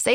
Say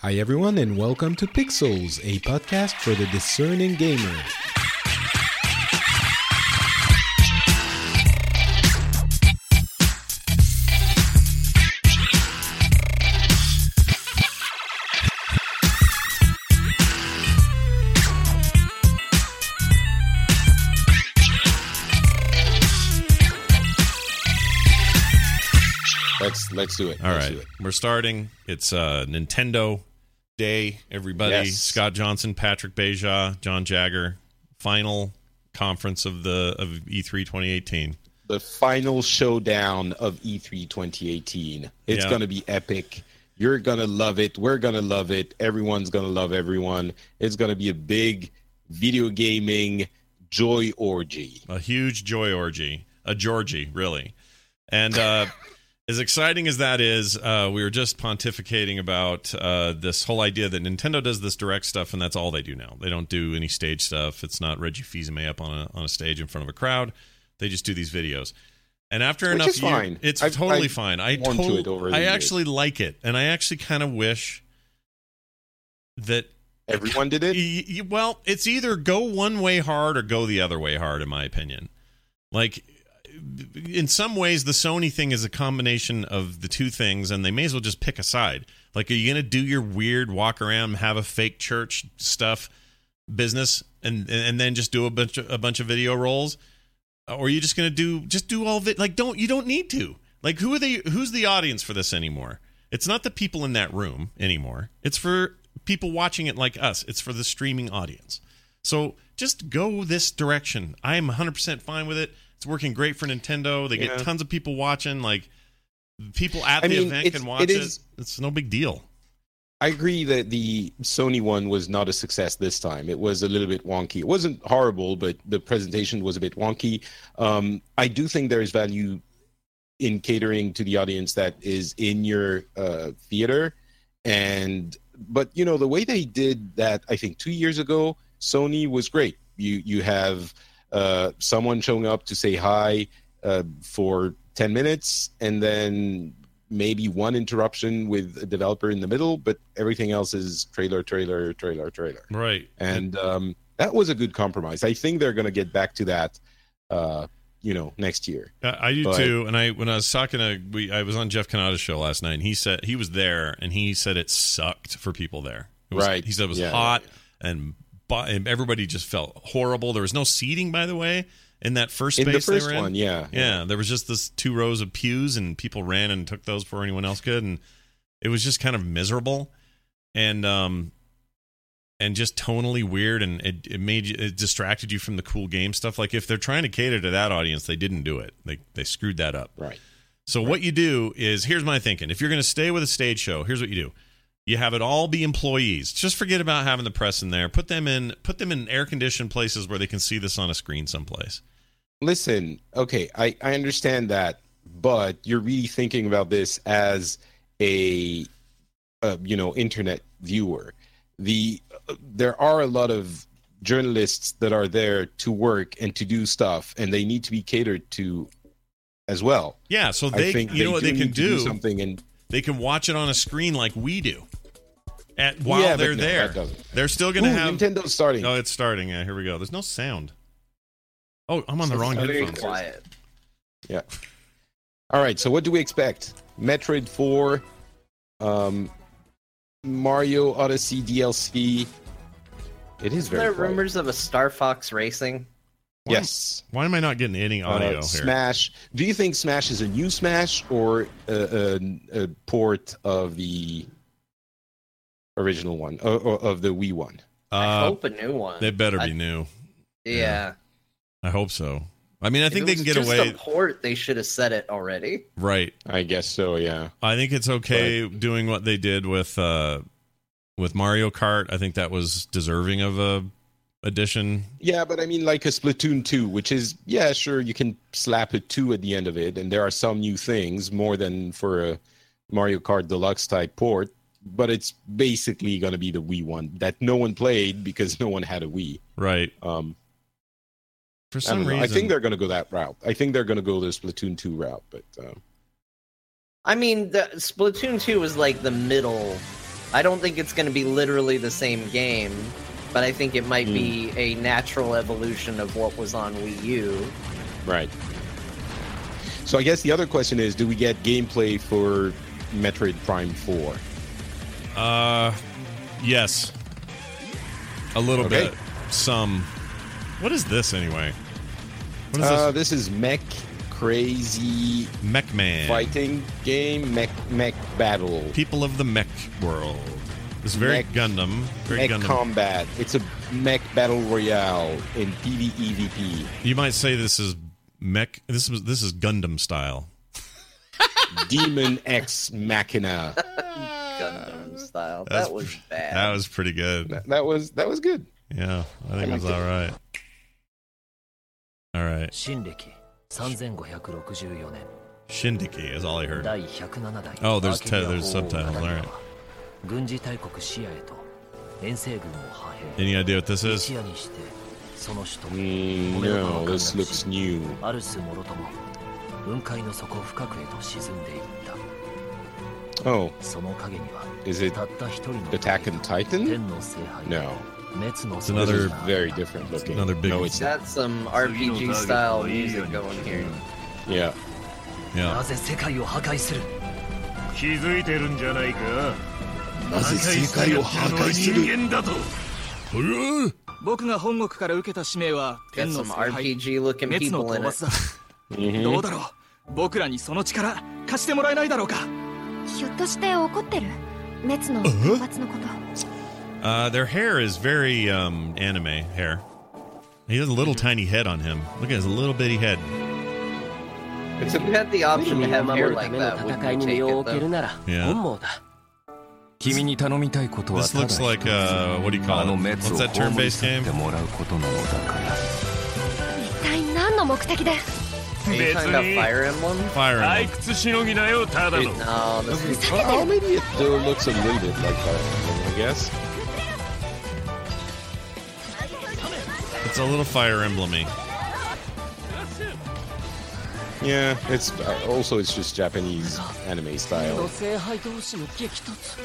Hi, everyone, and welcome to Pixels, a podcast for the discerning gamer. Let's let's do it. All Let's right. do it. we're starting. It's uh, Nintendo Day, everybody. Yes. Scott Johnson, Patrick Beja, John Jagger, final conference of the of E E3 2018. The final showdown of E E3 2018. It's Yeah. gonna be epic. You're gonna love it. We're gonna love it. Everyone's gonna love everyone. It's gonna be a big video gaming joy orgy. A huge joy orgy, a Georgie, really. And uh, as exciting as that is, uh, we were just pontificating about uh, this whole idea that Nintendo does this direct stuff, and that's all they do now. They don't do any stage stuff. It's not Reggie Fils-Aimé up on a on a stage in front of a crowd. They just do these videos. And after Which enough is year- fine. it's I've- totally I've fine. I warmed to totally, it over the I years. actually like it, and I actually kind of wish that Everyone did it. Y- y- well, it's either go one way hard or go the other way hard, in my opinion. Like, in some ways, the Sony thing is a combination of the two things, and they may as well just pick a side. Like, are you going to do your weird walk around, have a fake church stuff business, and and then just do a bunch of, a bunch of video rolls, or are you just going to do just do all of it? Like, don't you don't need to. Like, who are they? Who's the audience for this anymore? It's not the people in that room anymore. It's for people watching it like us. It's for the streaming audience. So just go this direction. I am 100% fine with it. It's working great for Nintendo. They Yeah. get tons of people watching. Like people at I the mean, event it's- can watch it it. is- It's no big deal. I agree that the Sony one was not a success this time. It was a little bit wonky. It wasn't horrible, but the presentation was a bit wonky. Um, I do think there is value in catering to the audience that is in your uh, theater, and but you know the way they did that. I think two years ago, Sony was great. You you have uh, someone showing up to say hi uh, for ten minutes, and then maybe one interruption with a developer in the middle, but everything else is trailer, trailer, trailer, trailer. Right. And um, that was a good compromise. I think they're going to get back to that, uh, you know, next year. Uh, I, I do But- too. And I when I was talking to we, I was on Jeff Canada's show last night, and he said he was there, and he said it sucked for people there. It was- Right. He said it was Yeah, hot and bu- and everybody just felt horrible. There was no seating, by the way, in that first space in the they first were in. one, yeah, Yeah, there was just this two rows of pews, and people ran and took those before anyone else could, and it was just kind of miserable, and um, and just tonally weird, and it it made you, it distracted you from the cool game stuff. Like if they're trying to cater to that audience, they didn't do it. They they screwed that up. right. So what you do is here's my thinking. If you're going to stay with a stage show, here's what you do. You have it all be employees. Just forget about having the press in there. Put them in put them in air conditioned places where they can see this on a screen someplace. Listen, okay, I, I understand that, but you're really thinking about this as a, uh, you know, internet viewer. The uh, there are a lot of journalists that are there to work and to do stuff, and they need to be catered to as well. Yeah, so they you know what they do can need to do something and they can watch it on a screen like we do at while Yeah, but they're no, there that doesn't- they're still Ooh, gonna have Nintendo's starting. oh it's starting yeah here we go there's no sound oh i'm on the So wrong sorry. headphones quiet. Yeah. All right. So what do we expect? Metroid Four, um, Mario Odyssey DLC, It is Isn't very there quiet. rumors of a Star Fox Racing? Why- Yes. Why am I not getting any audio Uh, here? Smash. Do you think Smash is a new Smash or a, a, a port of the original one, or, or of the Wii one? I Uh, hope a new one. they better I- be new. yeah. I hope so. I mean, I think If they it can was get just away A port. They should have said it already. right. I guess so. Yeah. I think it's okay doing what they did with uh with Mario Kart. I think that was deserving of a addition. Yeah, but I mean, like a Splatoon 2, which is, yeah, sure, you can slap a 2 at the end of it, and there are some new things more than for a Mario Kart Deluxe type port, but it's basically going to be the Wii one that no one played because no one had a Wii. Right. Um, For I, some don't know. reason. I think they're going to go that route. I think they're going to go the Splatoon 2 route, but um, I mean, the, Splatoon 2 was like the middle. I don't think it's going to be literally the same game, but I think it might Hmm. be a natural evolution of what was on Wii U. right. So I guess the other question is do we get gameplay for Metroid Prime 4? uh yes. A little Okay. bit. Some What is this anyway? What is Uh, this? this is Mech Crazy Mech Man. fighting game, mech mech battle, People of the Mech world. It's very Mech- Gundam. Very mech Gundam. combat. It's a mech battle royale in E PvE VP. you might say this is Mech this was this is Gundam style. Demon X Machina. Gundam style. That's- That was bad. That was pretty good. That, that was that was good. Yeah, I think it was liked all it. right. All right. 新暦3564年 Shindiki is all I heard. 第107代 Oh, there's アキビア te- there's 法王 subtitles, の中には alright. 軍事大国シアへと遠征軍を派 Any idea what this 兵 is? シアにしてその首都 Mm, 俺の顔 no, を this looks new. アルスもろとも雲海の底深くへと沈んでいっ Oh, たその影には is it たった一人の Attack on 天 Titan? の聖杯 No, 滅の It's another- this is very different looking. Another big No, one. it's That's some RPG style music going here. yeah. な Yeah. ぜ世界を破壊する気づいてるんじゃないかなぜ世界を破壊する破壊人間だと僕が本国から受けた使命は Got 天の some 聖杯 RPG looking 滅の people 討 in it. 伐だ、どうだろう僕らにその力貸してもらえないだろうかひょっとして怒ってる滅の討伐のこと Uh, their hair is very um, anime hair. He has a little tiny head on him. Look at his little bitty head. It's If you a, had the option to 君を have 守 hair るた like めの that, would 戦 you いに身 take を it 置ける though? なら Yeah. 本望だ君に頼みたいことは This ただ looks like uh, what do you call あの it? 滅 What's を that turn-based 葬り去っ game? てもらうことなのだから一体何の目的で Are you talking about Fire Emblem? Fire 退 Emblem. 屈しのぎだよただの No, this is well, maybe it uh, looks a little bit like that. I guess. It's a little Fire Emblem-y. Yeah, it's uh, also it's just Japanese anime 天の style. 聖杯同士の激突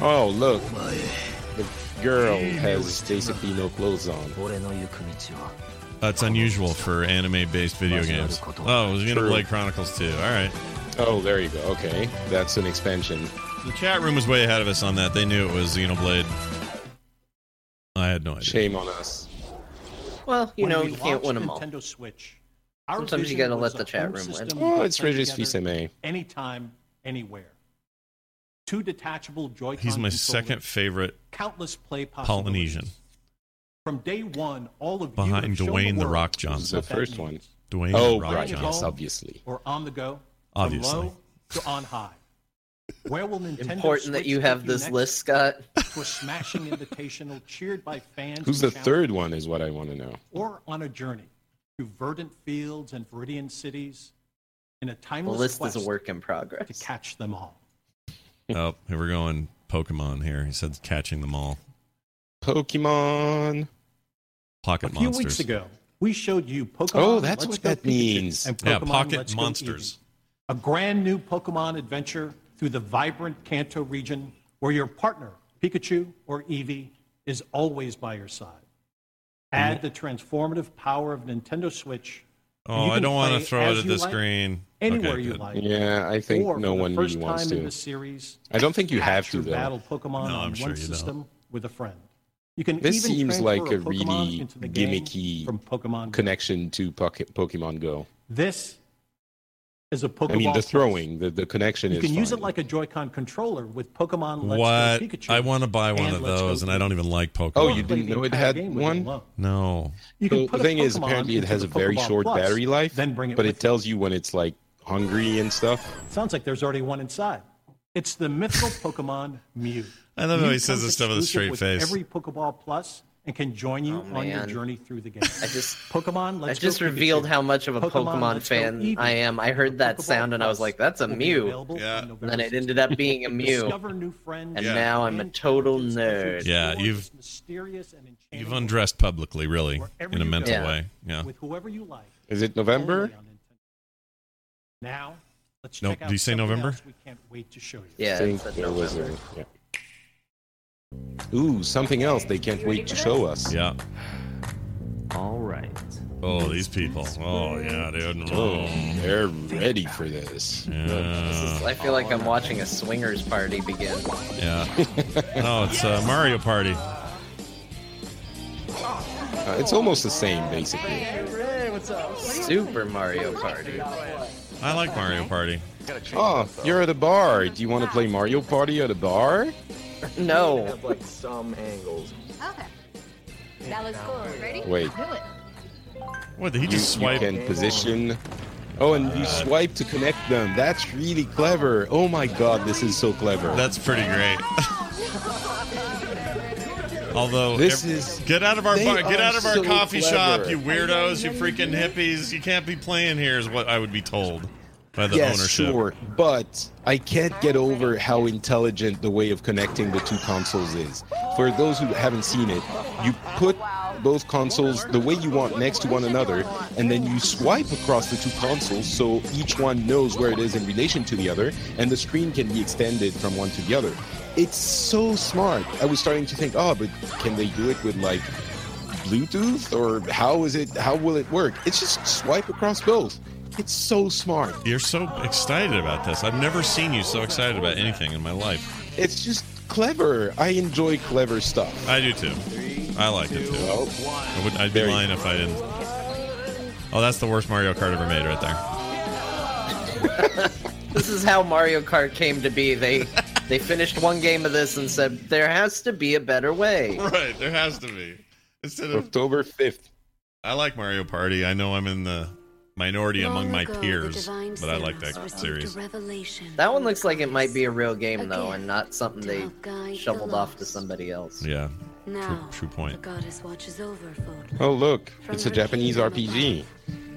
Oh, look. The girl has basically no clothes on. 俺の行く道は That's unusual for anime-based video games. Oh, it was gonna True. play Chronicles 2. All right. Oh, there you go. Okay. That's an expansion. The chat room was way ahead of us on that. They knew it was Xenoblade. I had no idea. Shame on us. well, you When know we you can't launched win them all. Nintendo Switch, our Sometimes you vision gotta was let the a chat home room win. system Oh, we it's could play Regis together Fils-Aimé. Anytime, anywhere. Two detachable Joy-Con He's my controllers, second favorite countless play possibilities. Polynesian. From day one, all of you Behind have shown Dwayne The world Rock what Johnson. that The first means. one. Dwayne Oh, The Rock right. Johnson. Yes, obviously. Or on the go, Obviously. from low to on high. Where will Nintendo Important that Switch you take have this next? list, Scott. to a smashing invitational cheered by fans. Who's the and third one is what I want to know. Or on a journey to verdant fields and viridian cities in a The timeless list quest is a work in to progress. catch them all. Oh, here we're going Pokemon here. He said catching them all. Pokemon. a Pocket few monsters. weeks ago, we showed you Pokemon. Oh, that's Let's what Go that Pikachu means. and Yeah, Pokemon Pocket Let's Go Monsters. Eevee, a brand new Pokemon adventure through the vibrant Kanto region where your partner, Pikachu or Eevee, is always by your side. Mm-hmm. Add the transformative power of Nintendo Switch. and Oh, you I can don't want play to throw it as at you the like, screen. Anywhere Okay, you good. like. Yeah, I think or no for the one first really wants time in to. the series, I don't think you have capture to, though. battle Pokemon No, I'm on sure one you don't. system with a friend. You can This even seems transfer like a Pokemon really into the game gimmicky from Pokemon. connection to Poke- Pokemon Go. This is a Pokemon. I mean, the throwing, the, the connection You is. can use fine. it like a Joy-Con controller with Pokemon. Let's Go What? Pikachu. I want to buy one and of Let's Go those, and I Eevee. don't even like Pokemon. Oh, wanna you play didn't the know it entire had game with it one? alone. No. You So can put the a thing is, Pokemon apparently, it into has the a very Pokeball short Plus, battery life, Then bring it. but with it tells you when it's like hungry and stuff. you. Sounds like there's already one inside. It's the mythical Pokemon Mew. I love how Mew he says comes this stuff with a exclusive straight face. Every Pokeball Plus and can join you Oh, on your man. journey through the game. I just- Pokemon. I Let's just Go Pikachu, revealed how much of a Pokemon, Let's Go fan Eevee, I am. I heard that Pokeball sound and I was Plus like, that's a will be Mew. available on Yeah. November And then it ended up being a 16th. Mew. Discover new friends And Yeah. now I'm a total and nerd. Yeah, explore you've- this mysterious and enchanting You've world undressed publicly, really, wherever in a you go mental Yeah. way. Yeah. With whoever you like. Is it November? only on Nintendo. Now, let's No, check out do you say something November? else we can't wait to show you. I Yeah, think it's a there was November. a- yeah. Ooh, something else they can't wait to show us. Yeah. All right. Oh, these people. Oh, yeah, dude. Oh, Oh. they're ready for this. This is- I feel like I'm watching a swingers party begin. Yeah. Oh, it's uh, Mario Party. Uh, it's almost the same, basically. Super Mario Party. I like Mario Party. Oh, you're at a bar. Do you want to play Mario Party at a bar? No. like some angles. Okay. That looks cool. Ready? Wait. Do it. What, did he You, just you swipe? Uh, can position. Oh, and you swipe to connect them. That's really clever. Oh my god, this is so clever. That's pretty great. Although This ev- is- get out of our they bar, get are out of our so coffee shop, clever. you weirdos, you freaking hippies! You can't be playing here, is what I would be told by the yes, ownership. sure, but I can't get over how intelligent the way of connecting the two consoles is. For those who haven't seen it, you put both consoles the way you want next to one another, and then you swipe across the two consoles so each one knows where it is in relation to the other, and the screen can be extended from one to the other. It's so smart. I was starting to think, oh, but can they do it with like Bluetooth or how is it? How will it work? It's just swipe across both. It's so smart. You're so excited about this. I've never seen you so excited about anything in my life. It's just clever. I enjoy clever stuff. I do too. I like it too. Oh, I would, I'd be There you lying if I didn't. Oh, that's the worst Mario Kart ever made, right there. This is how Mario Kart came to be. They they finished one game of this and said there has to be a better way. Right, there has to be. Instead October 5th. I like Mario Party. I know I'm in the minority among Long my ago, the peers, divine but I like Theros that received series. a revelation That one from looks like it might be a real game though, Again, and not something to help guide they the shoveled off to lost. somebody else. Yeah. Now, true point. The goddess watches over Fodlan. Oh, look. from It's a her Japanese kingdom RPG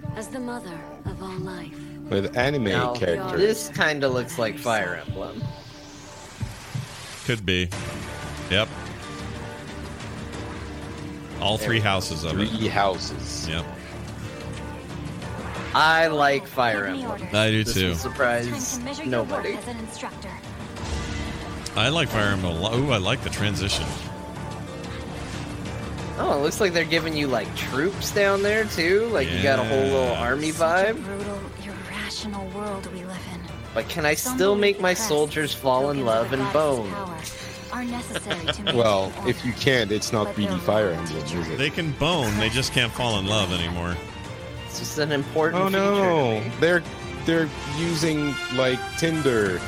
above, As the mother of all life. with anime Now, characters. this kind of looks like Fire Emblem. Could be. Yep. All three houses of it. Three houses. Yep. I like Fire Give me Emblem. orders. I do This too. will Time surprise to measure your nobody. worth as an instructor. I like Fire Emblem a lot. Ooh, I like the transition. Oh, it looks like they're giving you like troops down there too. Like you got a whole little Yeah. army Such a vibe. brutal, irrational world we live in. But can I Some still who make my repress soldiers fall tokens in of love the and bone? goddess's power Are necessary to maintain Well, order. if you can't, it's not really Fire Emblem, is it? They can bone, they just can't fall in love anymore. It's just an important Oh feature no, to me. they're they're using like Tinder.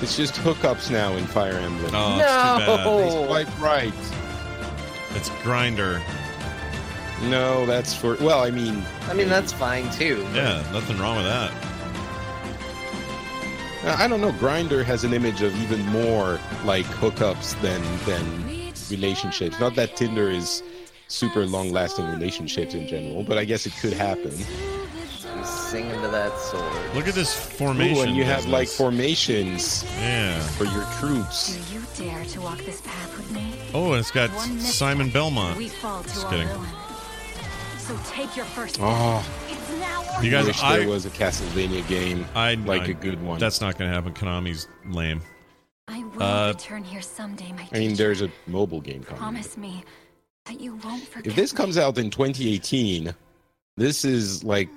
It's just hookups now in Fire Emblem. Oh, it's No! Swipe too right. bad. It's Grinder. No, that's for well, I mean, I mean that's fine too. Yeah, nothing wrong with that. Uh, I don't know. Grinder has an image of even more like hookups than than relationships. Not that Tinder is super long-lasting relationships in general, but I guess it could happen. He's singing to that sword. Look at this Ooh, formation. and you have like business. formations Yeah. for your troops. Do you dare to walk this path with me? Oh, and it's got One misstep, Simon Belmont. We fall to Just our kidding. ruin. So take your first Oh, step. It's now or Ah, You I guys, wish I, there was a Castlevania game I like I- a good one. That's not going to happen. Konami's lame. I will uh, return here someday, my I mean, teacher. there's a mobile game coming. Promise me that you won't forget. If this me. comes out in 2018, this is like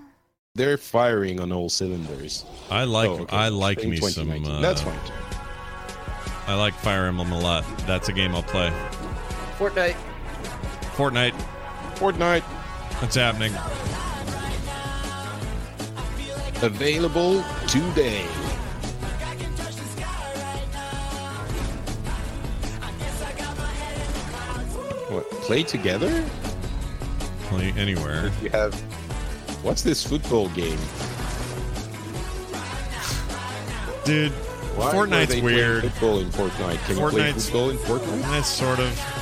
they're firing on all cylinders. I like Oh, okay. I like In me some. 2019. Uh, That's fine. I like Fire Emblem a lot. That's a game I'll play. Fortnite. Fortnite. Fortnite What's happening? available today. What? Play together? Play anywhere. You have. What's this football game? Dude, Why were Fortnite's they playing weird. Football in Fortnite. Can you play Fortnite's- football in Fortnite? That's sort of.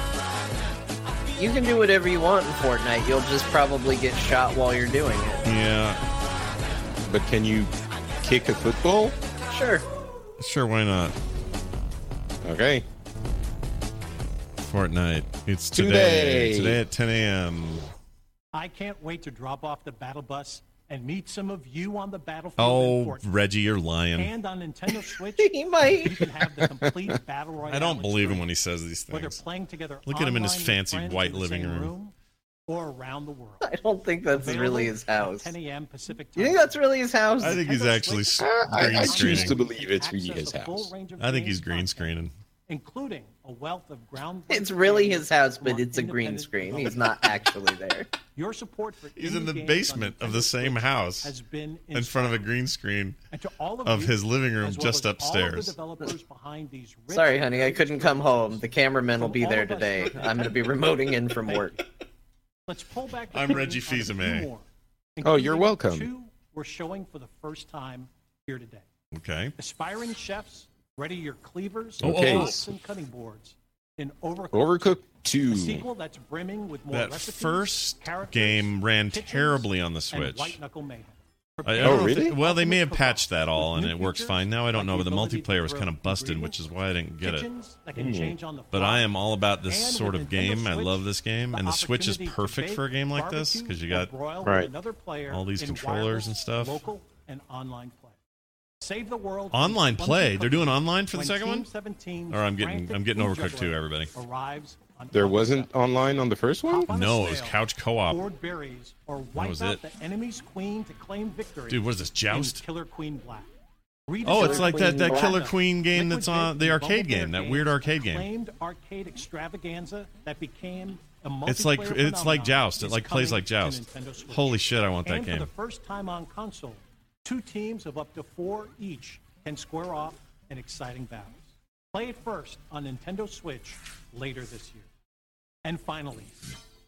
You can do whatever you want in Fortnite. You'll just probably get shot while you're doing it. Yeah. But can you kick a football? Sure. Sure, why not? Okay. Fortnite. It's today. Today. Today at 10 a.m. I can't wait to drop off the battle bus and meet some of you on the battlefield in Oh, Fortnite. Reggie, you're lying. And on Nintendo Switch, He might. you can have the complete battle royale. I don't believe him experience, when he says these Whether things. playing together Look at him in his online with fancy friends in white the living same room. or around the world. I don't think that's Available really his at house. 10 a.m. Pacific time. You think that's really his house? I think he's actually s- I- I green choose to screening. believe it's really his Access a full house. range of I think game he's green content, screening. Including a wealth of ground. It's really his house, but it's a green screen. He's not actually there. Your support for He's in indie the games basement on of the Nintendo same Switch house Has been in front of a green screen. and to all of you, his living room as well as just all of the upstairs. developers behind these rich Sorry, honey, I various couldn't come home. The developers. cameraman will From be all there of us today. here at I'm going to be Nintendo, remoting in from thank work. you. Let's pull back. the I'm curtain Reggie on a few Fils-Aimé. more, Oh, you're including welcome. Two we're showing for the first time here today. Okay. Aspiring chefs, ready your cleavers, Oh, oh, Okay. forks, and cutting boards in Overcooked. Overcooked a 2. sequel that's brimming with more That recipes, first characters, game ran kitchens, terribly on the and Switch. white knuckle mayhem. I- I Prepare don't Oh, know if they- really? well, they may have Ultimate patched that all, and it works fine now. I don't know, but the multiplayer was kind of busted, which is why I didn't get it. kitchens that Hmm. can change on the But fly. I am all about this And sort with of Nintendo game. I Switch, love this game, and the Switch is opportunity to perfect bake, for a game like this barbecue, because you or got broil with Right. another player all these in controllers and wireless, stuff. Local and online play. Save the world. from Online clumsy play? They're doing cookies online for the when second Team one? 17's Or I'm getting- frantic I'm getting food Overcooked juggler too, everybody. Arrives on There August wasn't 7th. online on the first one? Hop on a no, it was snail, couch co-op. hoard berries, or wipe was out it. the enemy's queen to claim victory. Dude, what is this, in Joust? Killer Queen Black. Oh, Rediscover it's like that that Queen Killer Black. Queen game Liquid that's on Death the and arcade Bubble Bear game, that games, weird arcade game. acclaimed arcade extravaganza that became a It's like multiplayer it's phenomenon like Joust. It is like plays coming like to Joust. Nintendo Switch. Holy shit, I want that and for game. the first time on console, two teams of up to four each can square off in exciting battles. Play it first on Nintendo Switch later this year. And finally,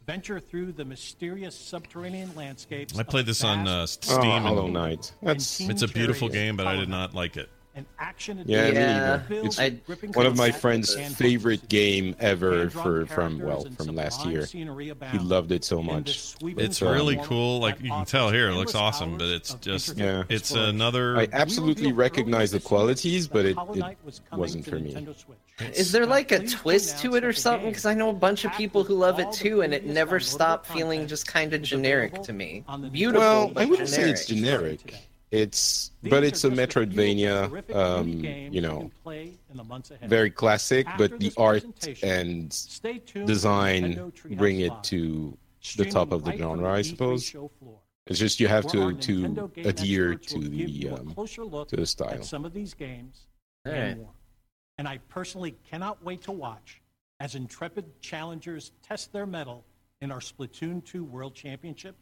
venture through the mysterious subterranean landscapes. I of played a this on uh, vast Steam. Oh, and- Hollow Knight. That's Team it's a beautiful Cherry is game, but I did Hollow not like it. and action Yeah, me Yeah. neither. It's I- one of my friend's favorite game ever for from well from last year. He loved it so much. It's um, really cool. Like you can tell here, it looks awesome, but it's just Yeah. it's another. I absolutely recognize the qualities, but it, it wasn't for me. Is there like a twist to it or something? Because I know a bunch of people who love it too, and it never stopped feeling just kind of generic to me. Beautiful. Well, I but wouldn't say it's generic. generic. It's but it's a Metroidvania, um, you know, very classic. But the art and design bring it to the top of the genre, E I suppose. It's just you have to to adhere to the um, to the style. At some of these games All and right. more. And I personally cannot wait to watch as intrepid challengers test their mettle in our Splatoon 2 World Championship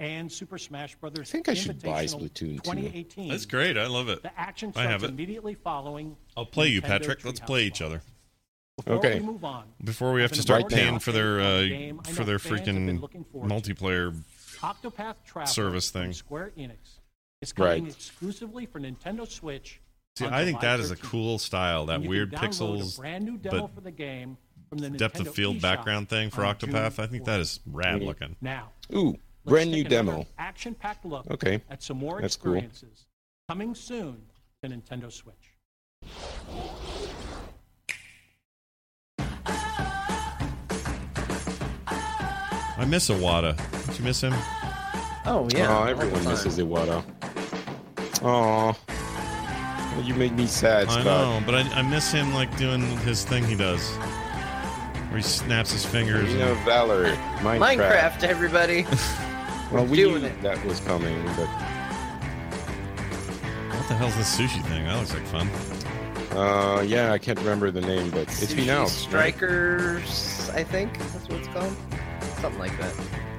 and Super Smash Bros. I think I should buy Splatoon 2. 2018. That's great. I love it. The action I have starts it. immediately following. I'll play you, Nintendo Patrick. Let's Treehouse play each Live. other Before Okay. we move on, before we have to I've start Right now. paying for their uh, Game I know for their fans have been freaking looking forward to. multiplayer. Octopath Traveler Service from thing. Square Enix is coming Right. exclusively for Nintendo Switch. See, on I think July that is a 13th. cool style. That And you weird can download pixels, a brand new demo but for the game from the depth Nintendo of field eShop background thing for on Octopath. June I think that 4th. is rad looking. now. Ooh, let's brand take new another demo. Action-packed look Okay, at some more that's cool. experiences coming soon to Nintendo Switch. I miss Awada. Did you miss him? Oh yeah. all oh, the everyone time. misses Iwata. Oh, you made me sad, I Scott. know, but I, I miss him like doing his thing he does, where he snaps his fingers. Arena of Valor, Minecraft. Minecraft, everybody. Well, we doing knew it. that was coming, but What the hell's this sushi thing? That looks like fun. Uh, yeah, I can't remember the name, but it's been out. Strikers, I think that's what it's called. Something like that.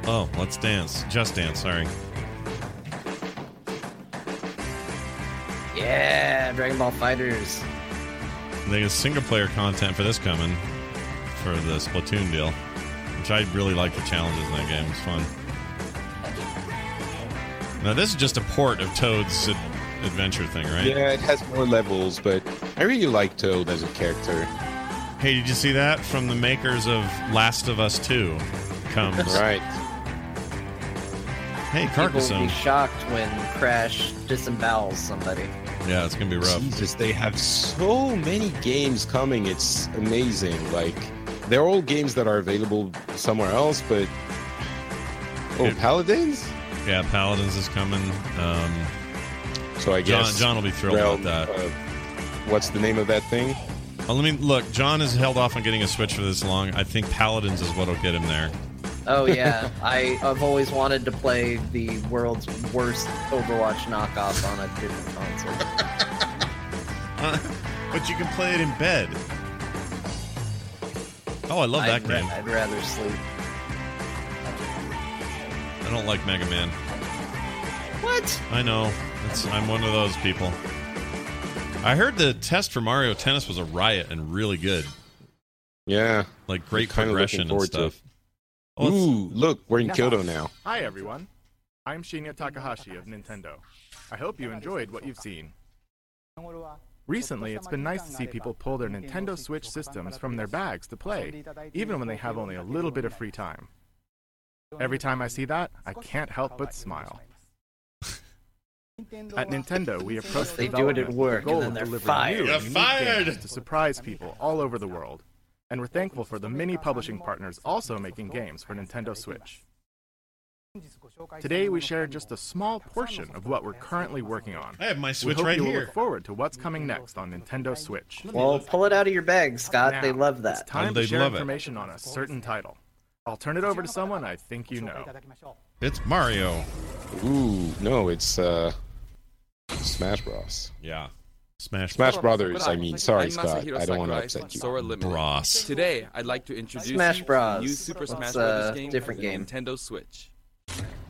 Oh, let's dance. Just dance, sorry. Yeah, Dragon Ball Fighters. They got single player content for this coming for the Splatoon deal, which I really like the challenges in that game. It's fun. Now, this is just a port of Toad's ad- adventure thing, right? Yeah, it has more levels, but I really like Toad as a character. Hey, did you see that? From the makers of Last of Us 2 comes. Right. Hey, People will be Carcassonne. shocked when Crash disembowels somebody. Yeah, it's going to be rough. Jesus, they have so many games coming. It's amazing. Like, they're all games that are available somewhere else, but. Oh, Good. Paladins? Yeah, Paladins is coming. Um, So I John, guess. John will be thrilled Realm, about that. uh, what's the name of that thing? Oh, let me look. John has held off on getting a Switch for this long. I think Paladins is what'll get him there. Oh yeah, I, I've always wanted to play the world's worst Overwatch knockoff on a different console. But you can play it in bed. Oh, I love that I'd, ra- game. I'd rather sleep. I don't like Mega Man. What? I know. It's, I'm one of those people. I heard the test for Mario Tennis was a riot and really good. Yeah. Like great Kinda looking progression and forward to it. stuff. Oh, it's- Ooh, look, we're in Kyoto now. Hi everyone. I'm Shinya Takahashi of Nintendo. I hope you enjoyed what you've seen. Recently, it's been nice to see people pull their Nintendo Switch systems from their bags to play, even when they have only a little bit of free time. Every time I see that, I can't help but smile. At Nintendo, we approach They do it development with at the work, and goal then of they're delivering fired. new, You're unique fired! games to surprise people all over the world. And we're thankful for the many publishing partners also making games for Nintendo Switch. Today, we share just a small portion of what we're currently working on. I have my We Switch hope right you will here. look forward to what's coming next on Nintendo Switch. Well, pull it out of your bag, Scott. they Now, love It's that. Oh, time they to share love it. information on a certain title. I'll turn it over to someone I think you know. It's Mario. Ooh, no, it's uh, Smash Bros. Yeah. Smash, Smash Brothers. I mean, sorry, Scott. I don't want to upset you. Sora Limited. Bros. Today, I'd like to introduce Smash you to Bros. the new Super That's Smash a Bros. game different for the game. Nintendo Switch.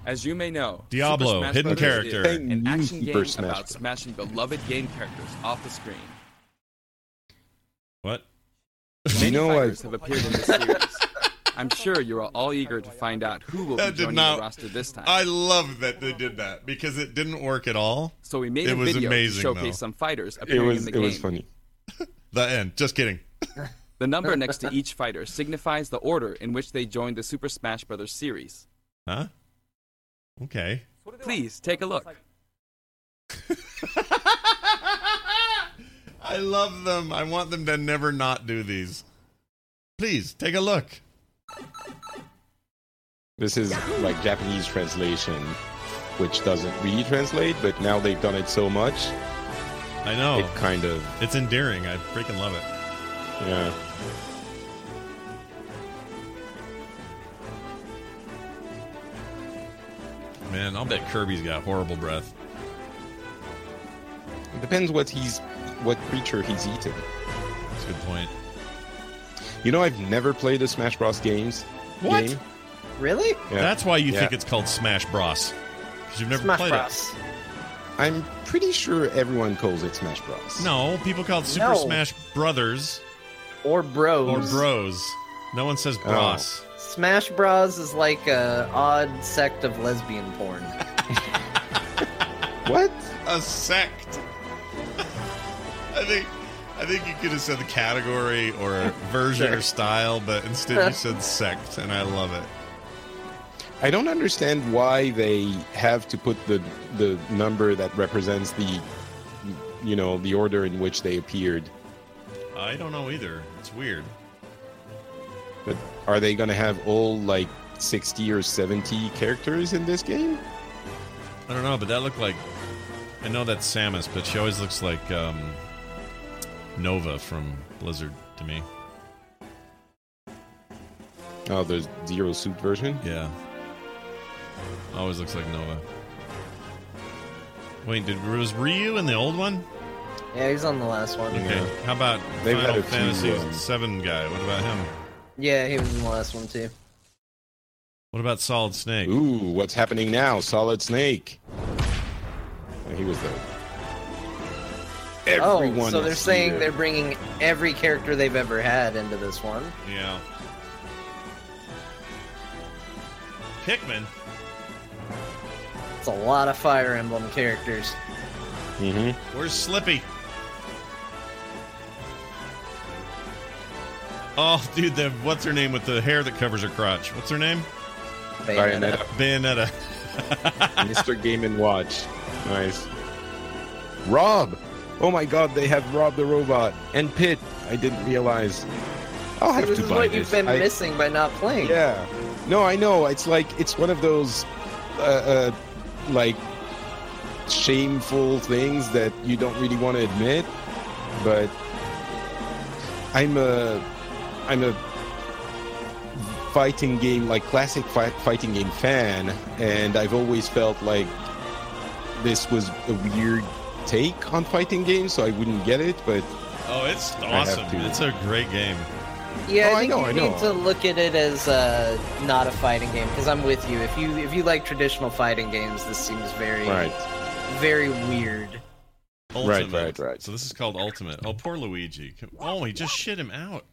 As you may know, Diablo, Super Smash hidden Brothers is character. an Hey, action new game Super Smash about Bros. smashing beloved game characters off the screen. What? You Many know, I, fighters have appeared in this series. I'm sure you are all eager to find out who will That be did joining not- the roster this time. I love that they did that because it didn't work at all. So we made It a was video amazing, to showcase though. some fighters it appearing was in the it game. was funny. The end. Just kidding. The number next to each fighter signifies the order in which they joined the Super Smash Bros. series. Huh? Okay. Please take a look. I love them. I want them to never not do these. Please take a look. This is like Japanese translation, which doesn't really translate, but now they've done it so much, I know. it kind of It's endearing. I freaking love it. yeah. Man, I'll bet Kirby's got horrible breath. It depends what he's what creature he's eating. That's a good point. You know, I've never played a Smash Bros. games. What? game. Really? Yeah. That's why you Yeah. think it's called Smash Bros. Because you've never Smash played Bros. I'm pretty sure everyone calls it Smash Bros. it. No, people call it Super No. Smash Brothers Or or Bros. Oh. Bros. No one says Bros. Smash Bros is like a odd sect of lesbian porn. What? A sect. I think. I think you could have said the category or version or style, but instead you said sect, and I love it. I don't understand why they have to put the the number that represents the you know the order in which they appeared. I don't know either. It's weird. But are they going to have all like 60 or 70 characters in this game? I don't know, but that looked like. I know that's Samus, but she always looks like um, Nova from Blizzard to me. Oh, the zero suit version. Yeah. Always looks like Nova. Wait, did was Ryu in the old one? Yeah, he's on the last one. Okay. How about They've had Final a few, Fantasy um, Seven guy? What about him? Yeah, he was in the last one too. What about Solid Snake? Ooh, what's happening now? Solid Snake. Yeah, He was there. oh, Everyone so they're is saying here. they're bringing every character they've ever had into this one. Yeah. Pikmin. It's a lot of Fire Emblem characters. Where's Slippy? Oh, dude, the what's her name with the hair that covers her crotch? What's her name? Bayonetta. Bayonetta. Bayonetta. Mr. Game and Watch. Nice. Rob. Oh my God, they have Rob the robot and Pit. I didn't realize. I'll See, have this to is buy what this. you've been I- missing by not playing. Yeah. No, I know. It's like it's one of those, uh, uh, like, shameful things that you don't really want to admit. But I'm a, I'm a fighting game like classic fight, fighting game fan, and I've always felt like this was a weird take on fighting games, so I wouldn't get it. But Oh, it's have awesome. to. It's a great game. Yeah, Oh, I I think know, you I need know. to look at it as uh, not a fighting game because I'm with you. If you if you like traditional fighting games, this seems very very weird. Right, Ultimate. right, right. So this is called Ultimate. Oh, poor Luigi. Oh, he just shit him out.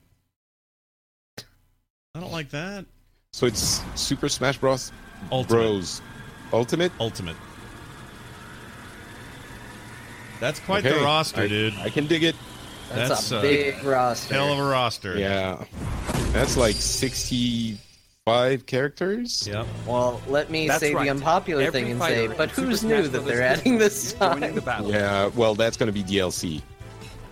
I don't like that. So it's Super Smash Bros. Ultimate. Bros. Ultimate. Ultimate. That's quite Okay, the roster, I- dude. I can dig it. That's, That's, a uh, big roster. Hell of a roster. Yeah. That's like 65 characters? Yep. Well, let me That's say right. the unpopular Every thing and fighter say, in but Super who's Smash new that Brothers they're is adding this joining time? the battle. Yeah, well, that's going to be DLC.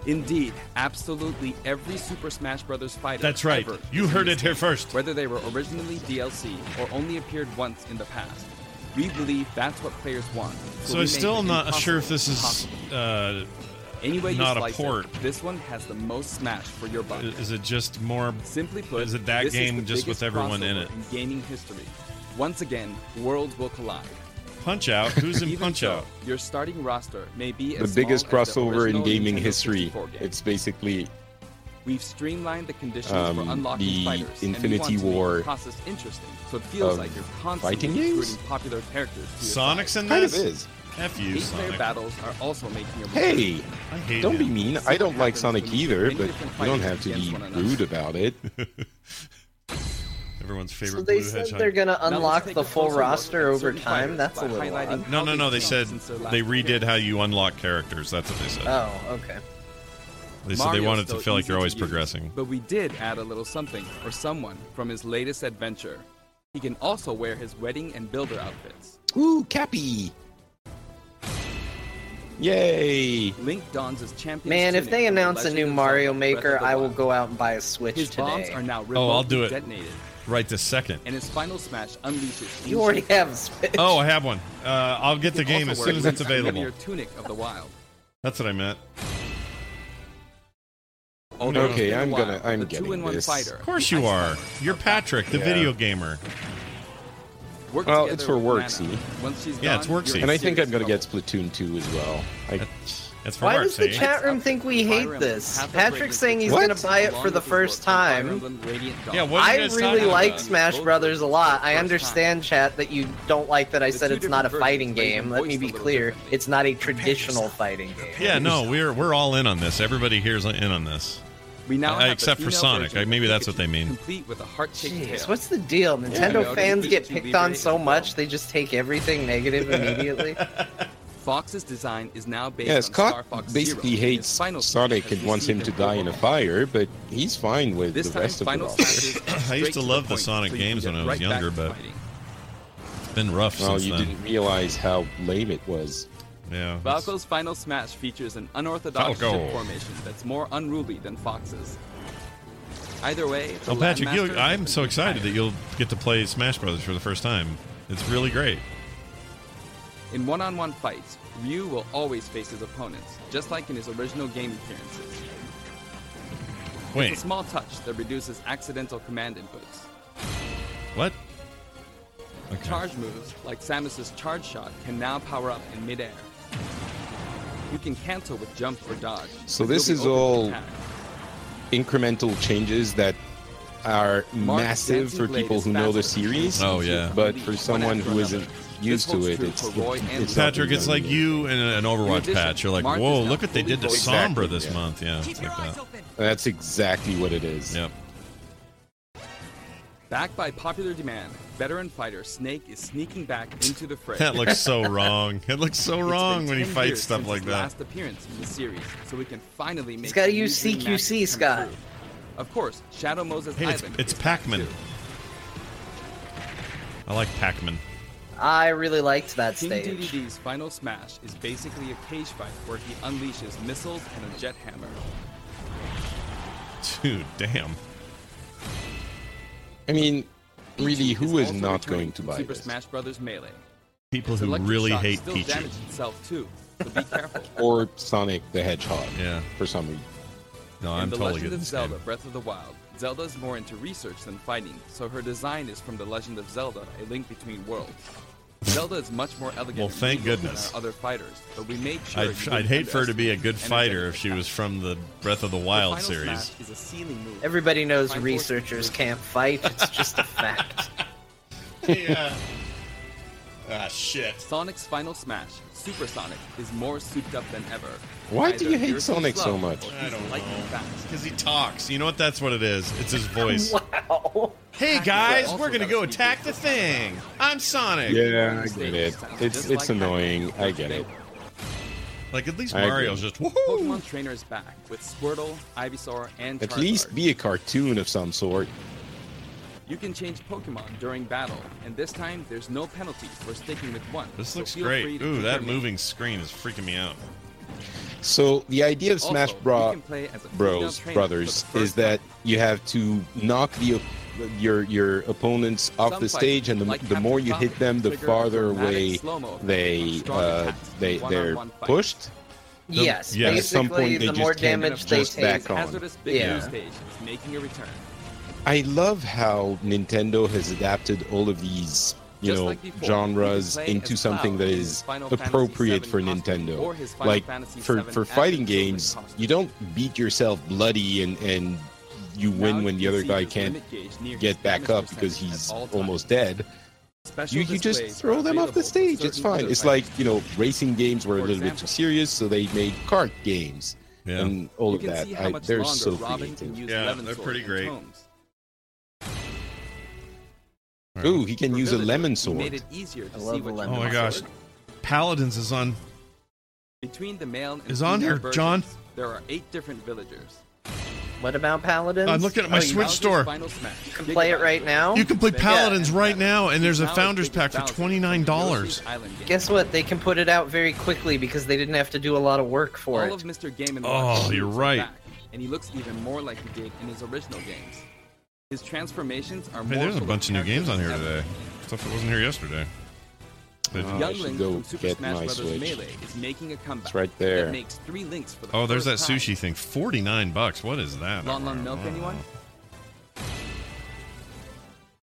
Indeed, absolutely every Super Smash Bros. fighter. That's right. ever You is in heard this it here game, first. Whether they were originally DLC or only appeared once in the past, we believe that's what players want. we So I'm make still the not sure if impossible this is. possible. Uh, Any way you not a slice it, port. this one has the most Smash for your buck. is it just more? Simply put, Is it that this is game the just with biggest everyone in crossover it? In gaming history, once again, worlds will collide. Punch out. Who's in Even Punch so, out? Your starting roster may be The as biggest small as the crossover in original gaming Nintendo history. 64 game. It's basically We've streamlined the conditions Um, for unlocking the fighters, Infinity and we want to make War the process interesting, so it feels of like you're constantly fighting games? recruiting popular characters. To your Sonic's side. in kind this. of is. F you, Eight-player Sonic. battles are also making a return. Hey, I hate don't be him. mean. I don't like Sonic either, but you don't have to be rude about it. Everyone's favorite So they blue said hedgehog. they're gonna Now let's unlock take the a full closer look roster at over certain time. fighters That's a by little highlighting odd. how no, no, they've no. They changed said since their last they redid appearance. how you unlock characters. That's what they said. Oh, okay. they said they Mario's wanted to still feel like easy you're always use, progressing. But we did add a little something or someone from his latest adventure. He can also wear his wedding and builder outfits. Ooh, Cappy! Yay! Link dons as champion. Man, if they announce a new Mario Maker, I will go out and buy a Switch His bombs are today. now Oh, I'll do remotely it. detonated, Right this second. and his final smash unleashes. You already have a Switch. Oh, I have one. Uh, I'll get the game as soon as it's available. Your tunic of the wild. That's what I meant. Although Okay, in the I'm wild, gonna- I'm the getting two-in-one this. Fighter, Of course you are. You're Patrick, the Yeah. video gamer. Work Well, together it's for with Worksy. Nana. Once she's Yeah, it's gone, Worksy. you're And I in think serious I'm gonna get trouble. Split Splatoon 2 as well. I, That's for Why Mark, does the see? chat room think we hate this? Patrick's saying he's What? going to buy it for the first time. Yeah, what are I you guys really talking like about? Smash Brothers a lot. I understand, chat, that you don't like that I said it's not a fighting game. Let me be clear. It's not a traditional fighting game. Yeah, no, we're we're all in on this. Everybody here's in on this. We now Uh, have the except for female Sonic. version Uh, maybe of that's what they Pikachu, mean. Complete with a heart-shaped Jeez, tail. what's the deal? Nintendo Yeah. fans get Pikachu picked Libre on is so a much, film. they just take everything negative immediately. Fox's design is now based yeah, on Star Scott Fox basically Zero. hates His final Sonic Smash and has wants him to received die in a overhaul. fire, but he's fine with This the rest time, of the final roster. smashes are I used straight to the love the point, Sonic so you can games get when I was right back younger, to but- fighting. It's been rough Well, since Oh, you then. didn't realize how lame it was. Yeah. that's- Falco's final smash features an unorthodox Falco. ship formation that's more unruly than Fox's. Either way, the Oh, Patrick, Landmaster you, has I'm been so excited that retired. you'll get to play Smash Brothers for the first time. It's really great. In one-on-one fights, Ryu will always face his opponents, just like in his original game appearances. It's Wait, a small touch that reduces accidental command inputs. what? Okay. Charge moves, like Samus's charge shot, can now power up in midair. You can cancel with jump or dodge. So but this you'll be is open to all attack. incremental changes that are Mark massive Dancing for Blade people is who know the faster than series. Oh, yeah. But for someone who isn't used to holds it, true it's, for Roy and it's not Patrick, been it's done uh, like yet. you and an Overwatch addition, patch. You're like, Mark is whoa, now look what they fully did to voiced. Sombra Exactly, this yeah. month. Yeah, it's like that. That's exactly what it is. Yep. Back by popular demand, veteran fighter Snake is sneaking back into the fray. That looks so wrong. It looks so It's been wrong when he 10 fights years stuff since like his that. Last appearance in the series, so we can finally make. gotta the use usually CQC, magic come Scott. true. Of course, Shadow Moses Hey, it's, Island. it's is back Pac-Man. too. I like Pac-Man. I really liked that King stage. DDD's final smash is basically a cage fight where he unleashes missiles and a jet hammer. Dude, damn. I mean, really, Peachy who is also not returning going to from buy Super this? Smash Brothers Melee. People who Electric really Shock hate still Pichu. damages itself too, so be careful. Or Sonic the Hedgehog? Yeah. For some reason. No, In I'm The totally Legend getting of this Zelda: game. Breath of the Wild, Zelda's more into research than fighting, so her design is from The Legend of Zelda: A Link Between Worlds. Zelda is much more elegant. Well, and thank regal than goodness. our other fighters, but we make sure. I'd, you I'd don't hate for her to be a good underestimate fighter energetic if she attack. was from the Breath of the The Wild final series. smash is a sealing move. Everybody knows Fine force researchers move. can't fight. It's just a fact. yeah. Ah, shit. Sonic's final smash, Super Sonic, is more souped up than ever. Why do Either you hate you're too Sonic so slow, much? or I he's don't know. lightning fast. Because he talks. You know what? That's what it is. It's his voice. wow. Hey Pac-Man guys, also we're gonna got a go sneak attack the peek. thing. I'm Sonic. Yeah, I get it. It's it's annoying. I get it. Like at least I agree. Mario's just woohoo. Pokemon Trainer is back with Squirtle, Ivysaur, and Charizard. At least be a cartoon of some sort. You can change Pokemon during battle, and this time there's no penalty for sticking with one. This so looks feel free great. to Ooh, that determine. moving screen is freaking me out. So the idea of Smash Also, you Bros. can play as a female Bros. trainer Brothers for the first is that time. you have to knock the your your opponents off Some the fights, stage, and the, like the more Captain you hit Falcon, them, the trigger farther dramatic away slow-mo of they strong uh, attacks in they they're one-on-one fights. pushed. yes, yeah, basically, at some point they the just more can't damage they just take, back on. Hazardous Big Yeah. Blue Stage is making a return. I love how Nintendo has adapted all of these, you Just know, like before, genres you can play into as something Cloud that in is his Final Fantasy appropriate VII for costume or Nintendo. his Final Like Fantasy for VII for Advent fighting Children games, costume. you don't beat yourself bloody and and you Now win you when the can other see guy his can't limit gauge near his get back damage up because percentage he's at all times. almost dead. Special You, you just displays are throw them off available the for stage. It's certain fine. other It's like fighters. you know, racing games were a For little bit too example. serious, so they made kart games Yeah. and all you of can that. see how I, much they're longer so Robin can creative. use Yeah, Lemon they're Sword pretty and great. Tomes. Ooh, he can For use a villagers, lemon we Made sword. it easier to I see love what the you lemon Oh my want. gosh. Paladins is on. Between the male and Is on female here, John. versions, There are eight different villagers. What about paladins? I'm looking at my Oh, you- Switch store. Final smash. You can play it right now. You can play Yeah. Paladins right now, and there's a Now it's Founders big as Pack for thousands. $29. Yoshi's Island game. Guess what? They can put it out very quickly because they didn't have to do a lot of work for All it. of Mr. Game and Oh, Watch you're moves are right. back, and he looks even more like he did in his original games. His transformations are Hey, more. there's a full bunch of new characters games on here than ever. today. Stuff that wasn't here yesterday. They Oh, I didn't- should Young Link go from Super get Smash my Brothers Switch. Melee is making a comeback. right there. That makes three links for the Oh, there's that first time. sushi thing. Forty-nine bucks. What is that? Lon Lon Wow. Milk, anyone?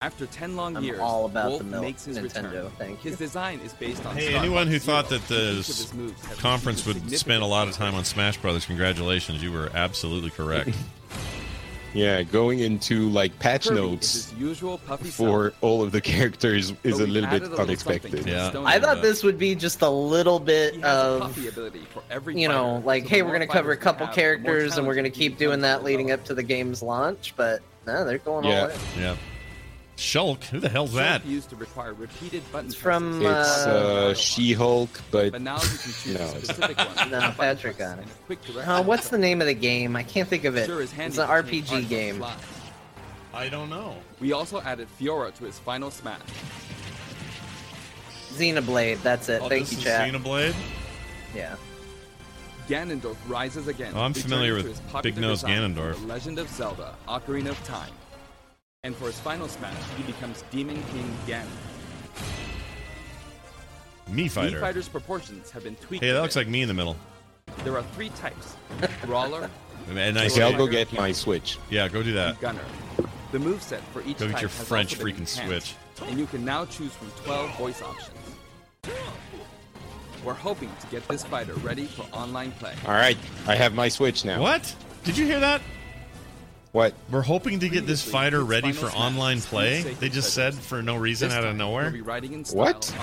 After 10 long I'm years, all about Wolf the milk, makes his Nintendo. return. Thank you. His design is based on Hey, Scott anyone who Hero, thought that and the each of his moves have conference featured would spend a significant lot of time on changes. Smash Brothers, congratulations. You were absolutely correct. Yeah, going into like patch Kirby is notes his usual puffy for self, all of the characters but is a we've little added a bit little something unexpected. to his Yeah. Stone I Age thought look. this would be just a little He bit has a of puffy ability for every you know, fighter, like, so hey, the we're more gonna cover a fighters we couple have, the more characters, and we're gonna challenging he keep doing becomes that to leading develop. up to the game's launch. But no, they're going Yeah. all in. yeah. Shulk? Who the hell's that? Jump used to require repeated button It's from, presses. It's Uh, uh, She-Hulk, but But now you can choose No, a it's- specific one. No, Button Patrick press got it. and a quick direct Uh, what's the control. name of the game? I can't think of it. Sure is handy It's an to change RPG art game. and slides. I don't know. We also added Fiora to his final smash. Xenoblade, that's it. Oh, Thank this you, is chat. Xenoblade? Yeah. Ganondorf rises again. Oh, I'm returning familiar to with his popular Big Nose design Ganondorf. from The Legend of Zelda: Ocarina of Time. And for his final smash, he becomes Demon King Ganon. Me Mii Fighter. Fighter's proportions have been tweaked. Hey, a that looks bit. like me in the middle. there are three types: brawler, And I Nice. okay, I'll go say, get my Switch. yeah, go do that. and gunner. The moveset for each Uh, Go get type your has French also been freaking enhanced, switch. and you can now choose from 12 voice options. We're hoping to get this fighter ready for online play. All right, I have my Switch now. What? Did you hear that? What? We're hoping to get this fighter ready for online play. They just said for no reason out of nowhere. What?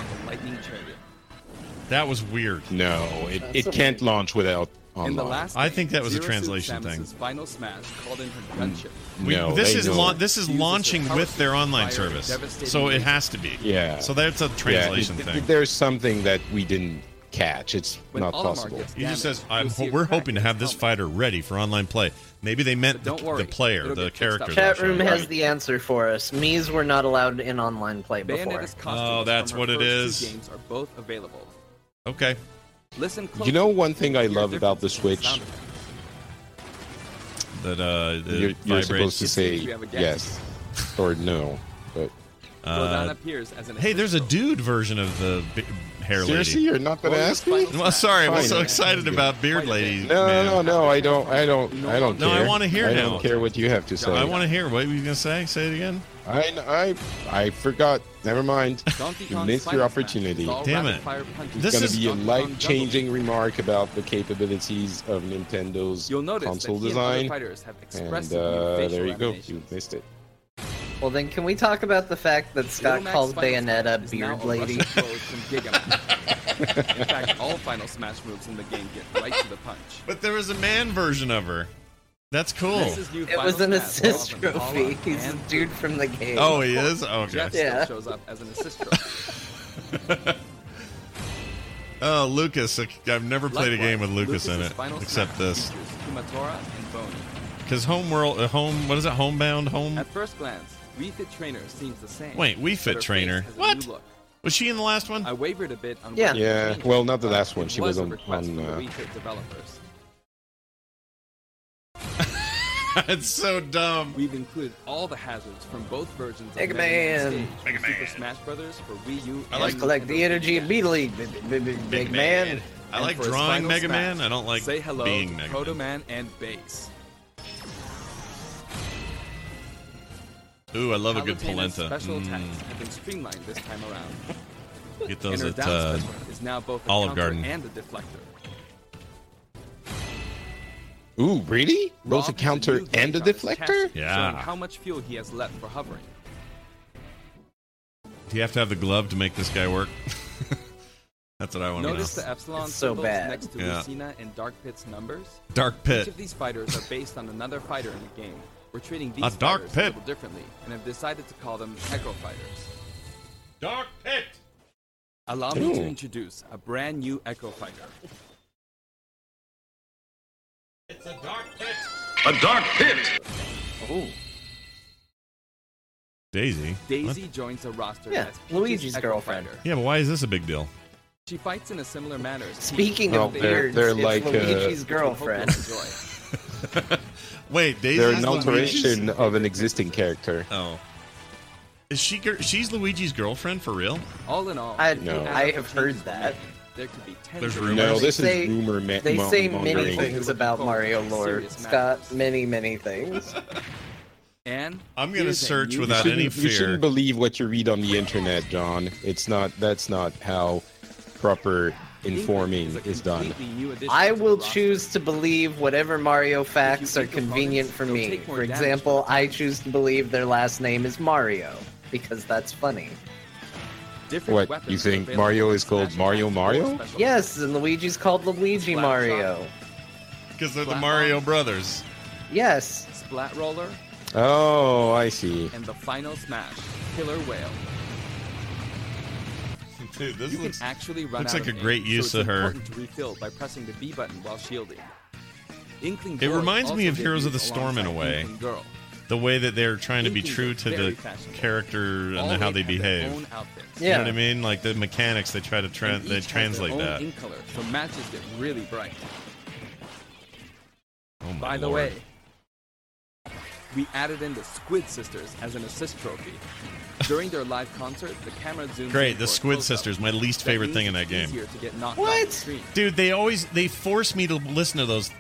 That was weird. No, it, it can't launch without In the online. last I game, think that was Zero a Suit translation Samus's thing. Final smash called in Hmm. her gunship. We, No, this they is know. laun- this is Uses launching their with their powerful online fire and service, devastating so it nature. has to be. Yeah. So that's a translation yeah, it- thing. There's something that we didn't catch. It's When not Olimar possible. gets He just damaged, says, I'm, you'll see a "We're crack in hoping to his have this helmet. fighter ready for online play." Maybe they meant But don't the, worry, the player, it'll the get fixed up. character. Chat that room showed up. has the answer for us. Me's were not allowed in online play before. Bayonetta's costumes from Oh, that's her what it first two is. Games are both available. Okay. Listen closely. You know one thing I Hear love about the differences in Switch? sound effects. That uh, it You're, you're vibrates. supposed to say It seems we have a guess. yes or no. But Rodan Uh, appears as an hey, there's a official. dude version of the b- hair seriously, lady. you're not going to Or ask the me? final Well, sorry, I'm Fine. so excited about beard lady. No, man. no, no, I don't. I don't. I don't No, I care. wanna hear I now. don't care what you have to say. I want to hear what were you gonna say. Say it again. I, I, I forgot. Never mind. Donkey You Kong missed Final your opportunity. Smash is all Damn it. rapid-fire punches. This is- It's going to be a Donkey Kong Jungle. life-changing remark about the capabilities of Nintendo's You'll notice console that he And, design, other fighters have and expressed uh, there you go. You missed it. Well, then, can we talk about the fact that Scott calls Bayonetta Beard Lady? in fact, all Final Smash moves in the game get right to the punch. But there was a man version of her. That's cool. This is new It was Final an Smash, assist often call trophy. up He's a and dude from the game. Oh, he is. Oh, okay. Jeff still Yeah. shows up as an assist trophy. Oh, Lucas. I've never played a game with Likewise, Lucas in Lucas's it Final except Smash this. features Kumatora and Bony. Because Homeworld, uh, Home, what is it? Homebound, Home. At first glance, Wii Fit Trainer seems the same. Wait, Wii Fit but her face Trainer. has a new What? look. Was she in the last one? I wavered a bit on Yeah. whether to Yeah, change well, it, not the but last one. it She was was a on- request on, from the uh, Wii Fit developers. it's so dumb. We've included all the hazards from both versions of Mega Man. Stage Mega and Super Man. Smash Brothers for Wii U. and I like- Let's collect Nintendo the energy Wii. and beat League, b- b- b- big man. I And like for his drawing final Mega smash, Man. I don't like say hello being to Mega Proto Man. Man and Base. Ooh, I love a good Palutena polenta. Special Mm, attacks have been streamlined this time around. get those and her at down uh, special is now both a Olive counter Garden. and a deflector. Ooh, really? Rob Both a has counter new gauge and a on his chassis, deflector? showing Yeah. How much fuel he has left for hovering. Do you have to have the glove to make this guy work? That's what I want to know. Notice the epsilon It's so symbols bad. next to Yeah. Lucina and Dark Pit's numbers. Dark Each Pit. of these fighters are based on another fighter in the game. We're treating these A Dark fighters Pit. a little differently, and have decided to call them Echo Fighters. Dark Pit. Allow me to Ooh. introduce a brand new Echo Fighter. It's a dark pit. A dark pit! Ooh. Daisy. Daisy What? joins the roster Yeah, as Peach's Luigi's Echo girlfriend. Fighter. Yeah, but why is this a big deal? She fights in a similar manner. as Peach, Speaking No, of they're- beards, they're it's like, uh, Luigi's which we hope you'll girlfriend. enjoy. Wait, Daisy. They're an alteration of an existing character. Oh. Is she? gir- She's Luigi's girlfriend for real? All in all, I- if you add up I No. the have changes heard we're making, that. There could be ten There's different rumors. No, versions. this They- is rumor ma- They mon- say many mongering. things about Mario Lord. Scott, many, many things. And I'm gonna here's a search new without design. any You fear. shouldn't believe what you read on the internet, John. It's not. That's not how proper informing England is a done. completely new addition I to the will roster. choose to believe whatever Mario facts If you are beat your convenient opponents, for they'll me. take more For damage example, than I choose to believe their last name is Mario because that's funny. Different What weapons you are think? available Mario in is called Smash Mario Attack or Mario? Special Yes, and Luigi's called Luigi Slap Mario. Because they're the Slap Mario on. Brothers. Yes. Attack, Splat Roller Oh, I see. and the final smash, Killer Whale. Dude, this You can looks. actually run looks out like of a aim, great so use it's of her. important to refill by pressing the B button while shielding. Inkling It Boy reminds me also of Heroes of the debuts Storm in a alongside way. Inkling Girl. The way that they're trying to be Inklings true are to very the fashionable. character All and how they eight have their behave. own outfits. You Yeah. know what I mean? Like the mechanics, they try to And each tran they has their translate own that. ink color, so matches get really bright. Oh my By the lord. way, we added in the Squid Sisters as an assist trophy. During their live concert, the camera zoomed. Great, in the for a Squid close-up. Sisters, my least That favorite means thing in it's that game. easier to get knocked What? off the screen. dude, they always they force me to listen to those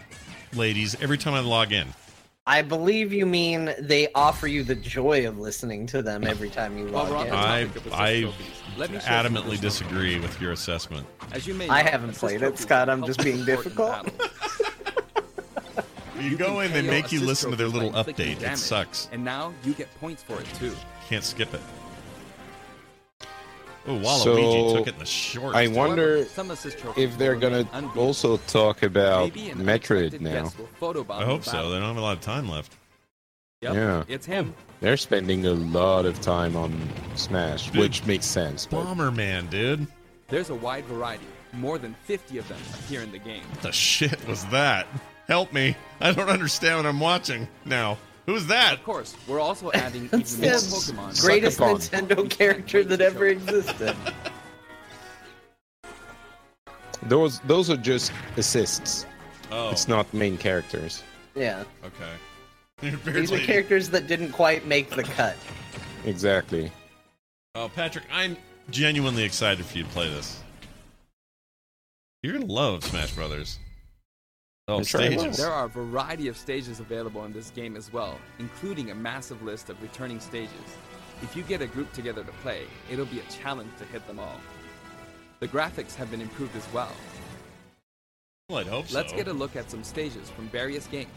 ladies every time I log in. I believe you mean they offer you the joy of listening to them every time you log in. I, I Let me show you adamantly disagree with your assessment. As you may I know, haven't assist played it, trophies Scott. I'm help just being support in difficult. battle. You go in, They they make you assist listen to their trophies little by inflicting update. It damage, sucks. And now you get points for it too. Can't skip it. Oh, Waluigi So, took it in the shorts. I wonder Some assist trophies if they're will gonna remain unbeatable. also talk about Maybe an Metroid unexpected now. guest will photobomb I hope the so. battle. They don't have a lot of time left. Yep, Yeah. it's him. They're spending a lot of time on Smash, Dude. which makes sense. But Bomberman, dude. There's a wide variety, more than 50 of them appear in the game. What the shit was that? Help me. I don't understand what I'm watching now. Who's that? Of course, we're also adding even more Yes. Pokemon. Greatest Suck-a-thon. Nintendo character that ever existed. those those are just assists. Oh, It's not main characters. Yeah, okay. You're these are barely- characters that didn't quite make the cut. Exactly. Oh, Patrick, I'm genuinely excited for you to play this. You're gonna love Smash Brothers. Oh, I'm sure I will. stages. There are a variety of stages available in this game as well, including a massive list of returning stages. If you get a group together to play, it'll be a challenge to hit them all. The graphics have been improved as well. Well, I'd hope so. Let's get a look at some stages from various games.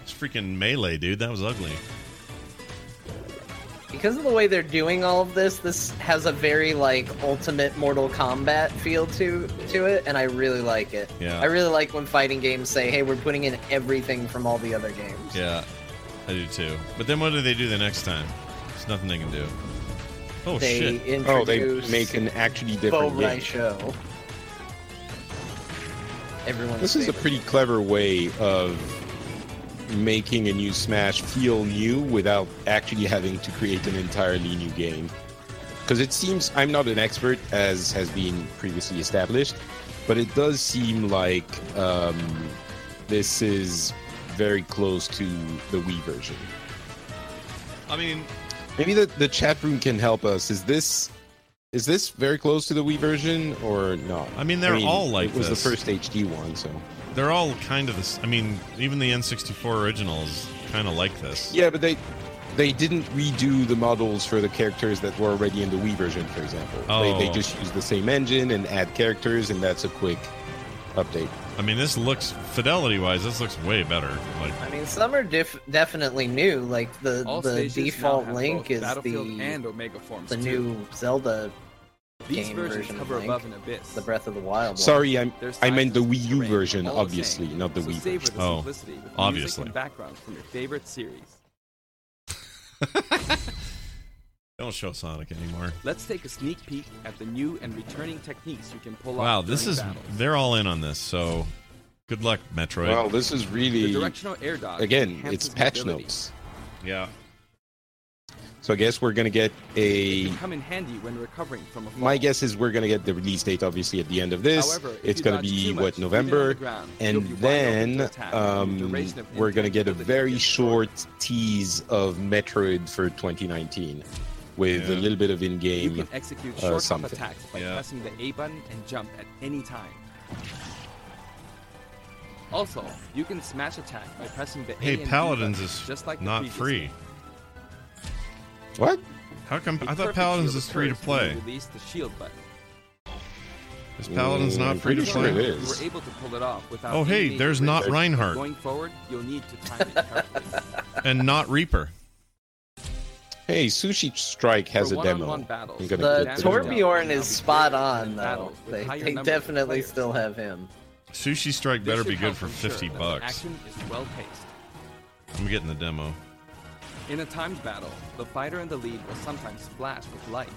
It's freaking melee, dude. That was ugly. Because of the way they're doing all of this, this has a very like ultimate Mortal Kombat feel to to it, and I really like it. Yeah. I really like when fighting games say, "Hey, we're putting in everything from all the other games." Yeah, I do too. But then what do they do the next time? There's nothing they can do. Oh they shit! introduce Oh, they make an actually Bo different game. Show. Everyone's This is a favorite. pretty clever way of making a new Smash feel new without actually having to create an entirely new game. Because it seems, I'm not an expert as has been previously established, but it does seem like um, this is very close to the Wii version. I mean, Maybe the, the chat room can help us. Is this is this very close to the Wii version or not? I mean, they're all like it was this. the first HD one, so they're all kind of this. I mean, even the N64 originals kind of like this. Yeah, but they they didn't redo the models for the characters that were already in the Wii version, for example. They, Oh. they just use the same engine and add characters, and that's a quick update. I mean, this looks fidelity-wise, this looks way better. Like, I mean, some are dif- definitely new. Like the All the stages now default have Link both is Battlefield the and Omega forms. the too. new Zelda These game versions version of cover Link. above an abyss. The Breath of the Wild. one. Sorry, I'm, Their I meant the sizes, Wii U terrain, version, all the obviously, same. not the So Wii savor version. the Oh, simplicity with music obviously. and backgrounds from your favorite series. don't show Sonic anymore. Let's take a sneak peek at the new and returning techniques you can pull off. Wow, this during is battles. they're all in on this. So, good luck, Metroid. Well, this is the really directional air dodge. again, enhances it's patch mobility. notes. yeah. So I guess we're gonna get It a. can come in handy when recovering from a fall. My guess is we're gonna get the release date, obviously, at the end of this. However, if it's you gonna dodge too be much, what even on the November, ground, you'll and be wide open to then attack. The um, duration of we're gonna get a impact very gets short tease of Metroid for 2019, with Yeah. a little bit of You can in-game. execute uh, short hop something. attacks by Yeah. pressing the A button and jump at any time. Also, you can smash attack by pressing the A Hey, and B Paladins buttons, is just like the not previous free. game. What? How come? A I thought perfect Paladins shield is free to occurs when you play. Release the shield button. Is Paladins Mm, not I'm free to pretty sure it play? is. You were able to pull it off without Oh, any hey, major there's not breakdowns. Reinhardt. Going forward, you'll need to time it carefully. and not Reaper. Hey, Sushi Strike has For a one-on-one demo. battles, I'm gonna The get the demo. Torbjorn is spot on, though. Battles with They, higher they numbers of definitely players. still have him. Sushi Strike This better should be help good for ensure 50 that the bucks. Action is well paced. I'm getting the demo. In a timed battle, the fighter in the lead will sometimes splash with light.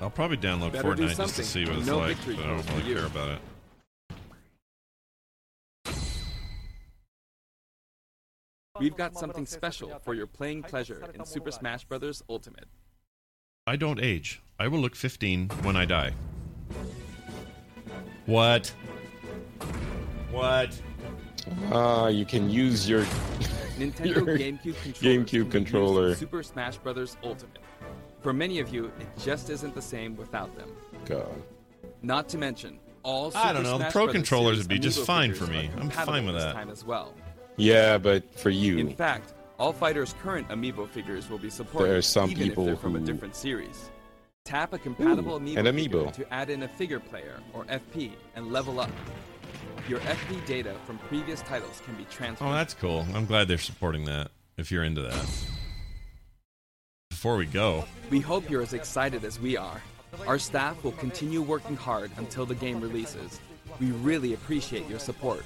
I'll probably download Better do Fortnite just something. to see what it's No like, victory but I don't goes to really you. care about it. We've got something special for your playing pleasure in Super Smash Bros. Ultimate. I don't age. I will look 15 when I die. What? What? Ah, you can use your. Nintendo Your GameCube controller. GameCube can be used controller. in Super Smash Bros. Ultimate. For many of you, it just isn't the same without them. God. Not to mention all. Super I don't know, the Smash Pro Brothers controllers series would be just amiibo fine figures for me. are I'm compatible fine with this that. Time as well. Yeah, but for you. In fact, all fighters' current amiibo figures will be supported. There are some even people if they're from a who- different series. Tap a compatible Ooh, amiibo, an figure amiibo. to add in a figure player or FP and level up. Your FP data from previous titles can be transferred. Oh, that's cool. I'm glad they're supporting that. If you're into that. Before we go, We hope you're as excited as we are. Our staff will continue working hard until the game releases. We really appreciate your support.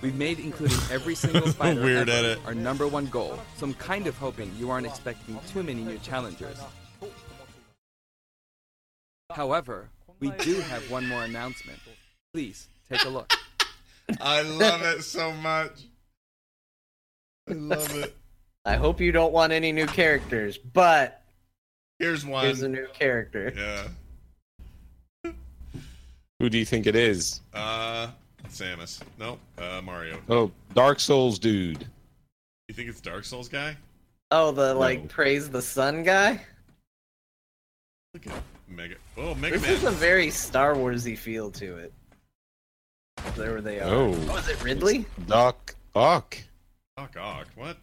We've made including every single fighter Weird ever edit. our number one goal, so I'm kind of hoping you aren't expecting too many new challengers. However, we do have one more announcement. Please take a look. I love it so much. I love it. I hope you don't want any new characters, but here's one. Here's a new character. Yeah. Who do you think it is? Uh, Samus. Nope. Uh, Mario. Oh, Dark Souls dude. You think it's Dark Souls guy? Oh, the like praise the sun guy. Mega. Oh, Mega This Man. is a very Star Warsy feel to it. There they are. Oh. is it Ridley? Doc Ock. Fuck off. What?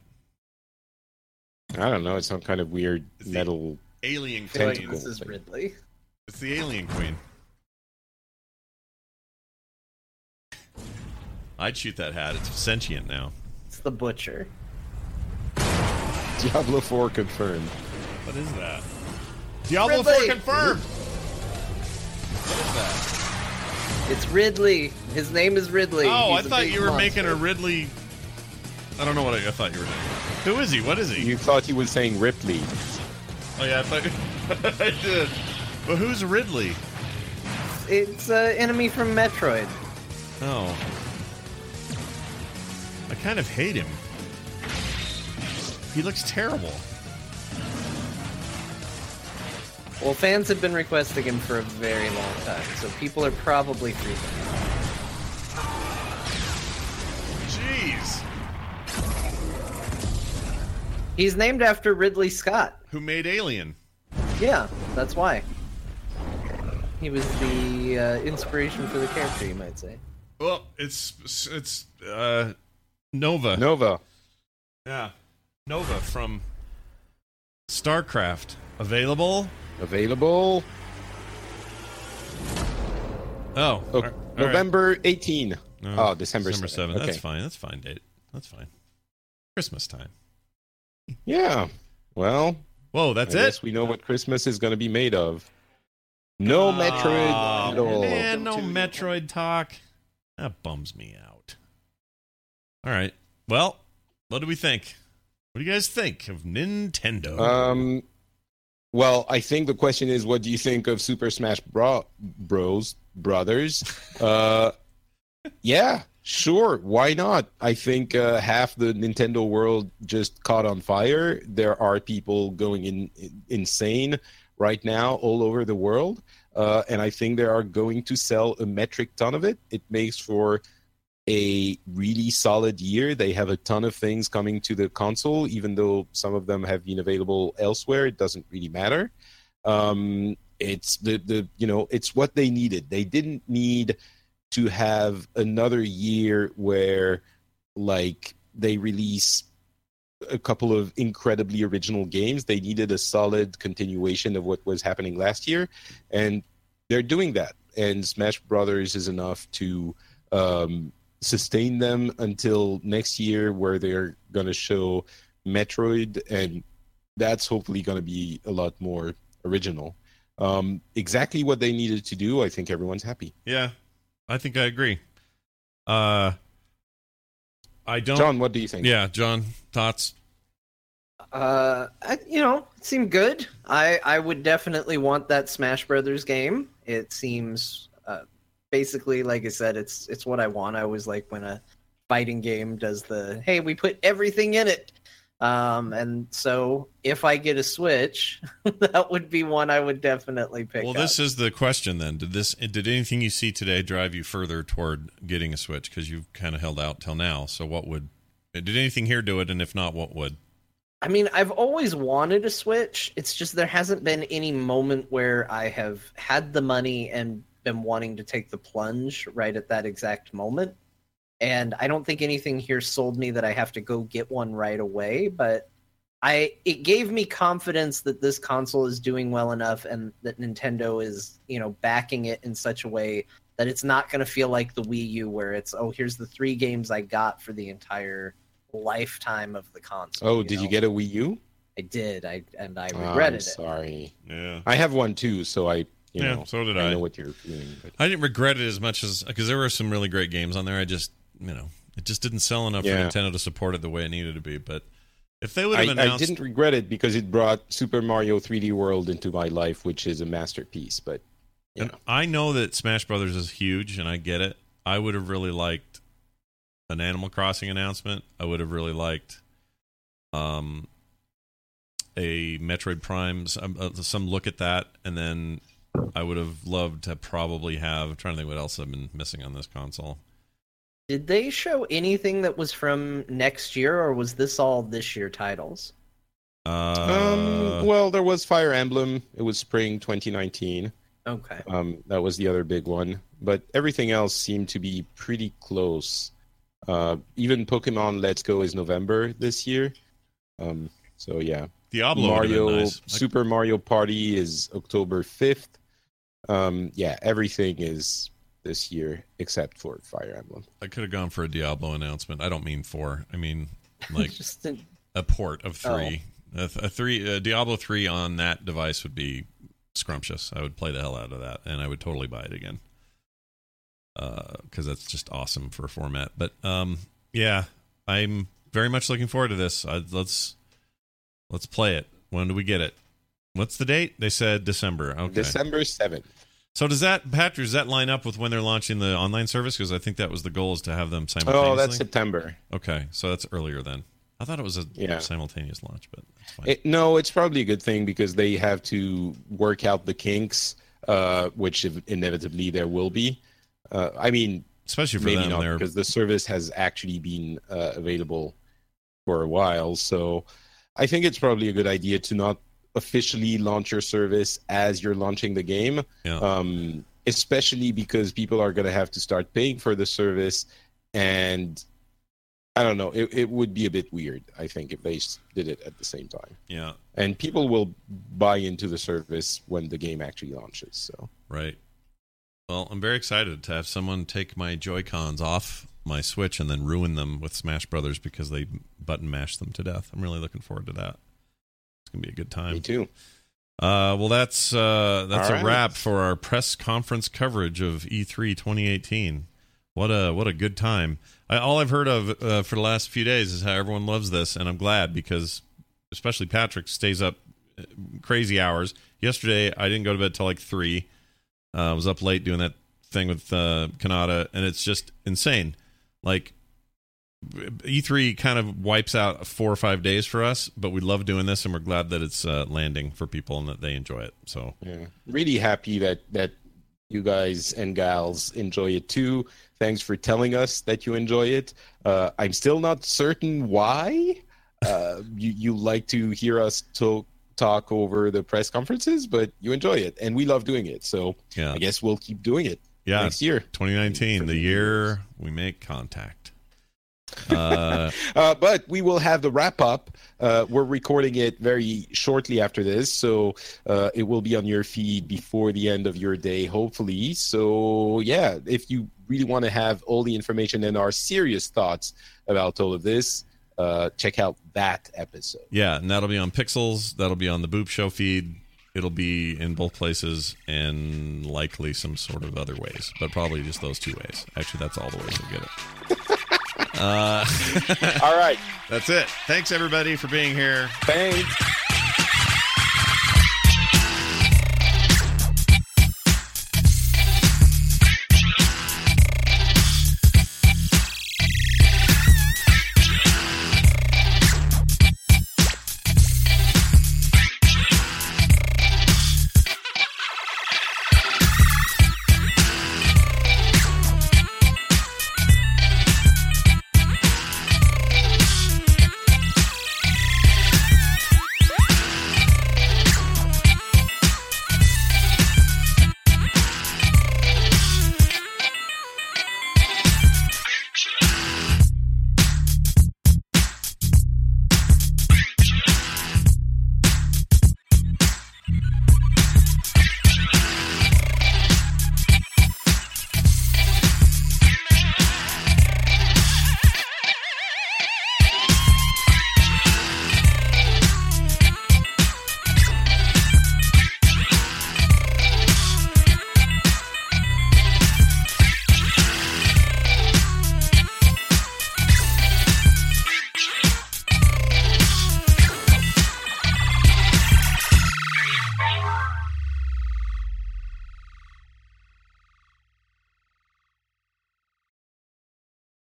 I don't know. It's some kind of weird metal. Alien I feel Queen. like this is Ridley. It's the Alien Queen. I'd shoot that hat. It's sentient now. It's the butcher. Diablo 4 confirmed. What is that? Diablo Ridley! 4 confirmed. It's Ridley. His name is Ridley. Oh, He's I a thought big you were monster. making a Ridley. I don't know what I, I thought you were doing. Who is he? What is he? You thought he was saying Ripley. Oh yeah, I thought I did. But who's Ridley? It's an enemy from Metroid. Oh, I kind of hate him. He looks terrible. Well, fans have been requesting him for a very long time, so people are probably freaking. out. Jeez. He's named after Ridley Scott. Who made Alien? Yeah, that's why. He was the uh, inspiration for the character, you might say. Well, it's it's uh, Nova. Nova. Yeah, Nova from StarCraft available. Available Oh, oh, all right. November 18. No, oh, December, December 7th. seventh. That's Okay. fine. That's fine date. That's fine. Christmas time. Yeah. Well, Whoa, that's I it. guess we know what Christmas is going to be made of. No Metroid at all. Ah, Man, Eh, no Metroid talk. That bums me out. All right. Well, what do we think? What do you guys think of Nintendo? Um, well, I think the question is, what do you think of Super Smash Bro- Bros. Brothers? Uh, yeah, sure. Why not? I think uh, half the Nintendo world just caught on fire. There are people going in, insane right now all over the world, uh, and I think they are going to sell a metric ton of it. It makes for a really solid year. They have a ton of things coming to the console, even though some of them have been available elsewhere. It doesn't really matter. Um, it's the the you know it's what they needed. They didn't need to have another year where like they release a couple of incredibly original games. They needed a solid continuation of what was happening last year, and they're doing that. And Smash Brothers is enough to um, sustain them until next year, where they're going to show Metroid, and that's hopefully going to be a lot more original. Um, exactly what they needed to do. I think everyone's happy. yeah, I think I agree. Uh, I don't. John, what do you think? Yeah, John, thoughts? Uh, I, you know, it seemed good. I I would definitely want that Smash Brothers game. It seems uh, basically like I said, it's it's what I want. I was like when a fighting game does the hey, we put everything in it. Um, and so if I get a Switch, that would be one I would definitely pick. Well, up. this is the question then. Did this? Did anything you see today drive you further toward getting a Switch? Because you've kind of held out till now. So, what would? Did anything here do it? And if not, what would? I mean, I've always wanted a Switch. It's just there hasn't been any moment where I have had the money and been wanting to take the plunge right at that exact moment. and I don't think anything here sold me that I have to go get one right away, but I it gave me confidence that this console is doing well enough and that Nintendo is, you know, backing it in such a way that it's not going to feel like the Wii U where it's oh here's the 3 games I got for the entire lifetime of the console. Oh, did you get a Wii U? I did. I and I Oh, I'm regretted it. Sorry. Yeah. I have one too, so I you Yeah, know so did I I. know what you're feeling. But I didn't regret it as much as because there were some really great games on there. I just you know it just didn't sell enough Yeah. for Nintendo to support it the way it needed to be. But if they would I, have I announced, didn't regret it because it brought Super Mario 3D World into my life, which is a masterpiece. But and I know that Smash Brothers is huge, and I get it. I would have really liked an Animal Crossing announcement. I would have really liked um a Metroid Prime, some, uh, some look at that, and then I would have loved to probably have. I'm trying to think what else I've been missing on this console. Did they show anything that was from next year or was this all this year titles? Uh, um, well, there was Fire Emblem. It was spring 2019. Okay. Um, that was the other big one. But everything else seemed to be pretty close. Uh, even Pokemon Let's Go is November this year. Um, so yeah, Diablo would've been Mario nice. I- Super Mario Party is October 5th. Um, yeah, everything is this year except for Fire Emblem. I could have gone for a Diablo announcement. I don't mean four. I mean like Just an- a port of Oh. three. A, th- a three a Diablo three on that device would be scrumptious. I would play the hell out of that, and I would totally buy it again because that's just awesome for a format. But um, yeah, I'm very much looking forward to this. I, let's let's play it. When do we get it? What's the date? They said December. Okay. December 7th. So does that, Patrick? Does that line up with when they're launching the online service? Because I think that was the goal is to have them simultaneously. Oh, that's September. Okay, so that's earlier then. I thought it was a Yeah. simultaneous launch, but that's fine. It, no, it's probably a good thing because they have to work out the kinks, uh, which ev- inevitably there will be. Uh, I mean, Especially for maybe them, not they're- because the service has actually been uh, available for a while. So I think it's probably a good idea to not officially launch your service as you're launching the game, Yeah. um, especially because people are going to have to start paying for the service. And I don't know, it, it would be a bit weird, I think, if they s- did it at the same time. yeah, And people will buy into the service when the game actually launches. So right. Well, I'm very excited to have someone take my Joy Cons off my Switch and then ruin them with Smash Brothers because they button mashed them to death. I'm really looking forward to that. It's gonna be a good time. me too. Uh, well, that's uh, that's All a right. wrap for our press conference coverage of E E3 2018. What a what a good time! I, all I've heard of uh, for the last few days is how everyone loves this, and I'm glad because especially Patrick stays up uh, crazy hours. Yesterday, I didn't go to bed till like three. Uh, I was up late doing that thing with uh, Kanata, and it's just insane. Like E3 E kind of wipes out four or five days for us, but we love doing this, and we're glad that it's uh, landing for people and that they enjoy it. So Yeah. Really happy that that you guys and gals enjoy it too. Thanks for telling us that you enjoy it. Uh, I'm still not certain why uh, you you like to hear us talk talk over the press conferences, but you enjoy it, and we love doing it. So yeah, I guess we'll keep doing it yeah. next year. 2019, the year we make contact. Uh, Uh, but we will have the wrap up. Uh, we're recording it very shortly after this, so uh, it will be on your feed before the end of your day, hopefully. So, yeah, if you really want to have all the information and our serious thoughts about all of this, uh, check out that episode. yeah, and that'll be on Pixels. That'll be on the Boop Show feed. It'll be in both places and likely some sort of other ways, but probably just those two ways. Actually, that's all the ways we'll get it. Uh, all right. that's it. Thanks, everybody, for being here. Thanks.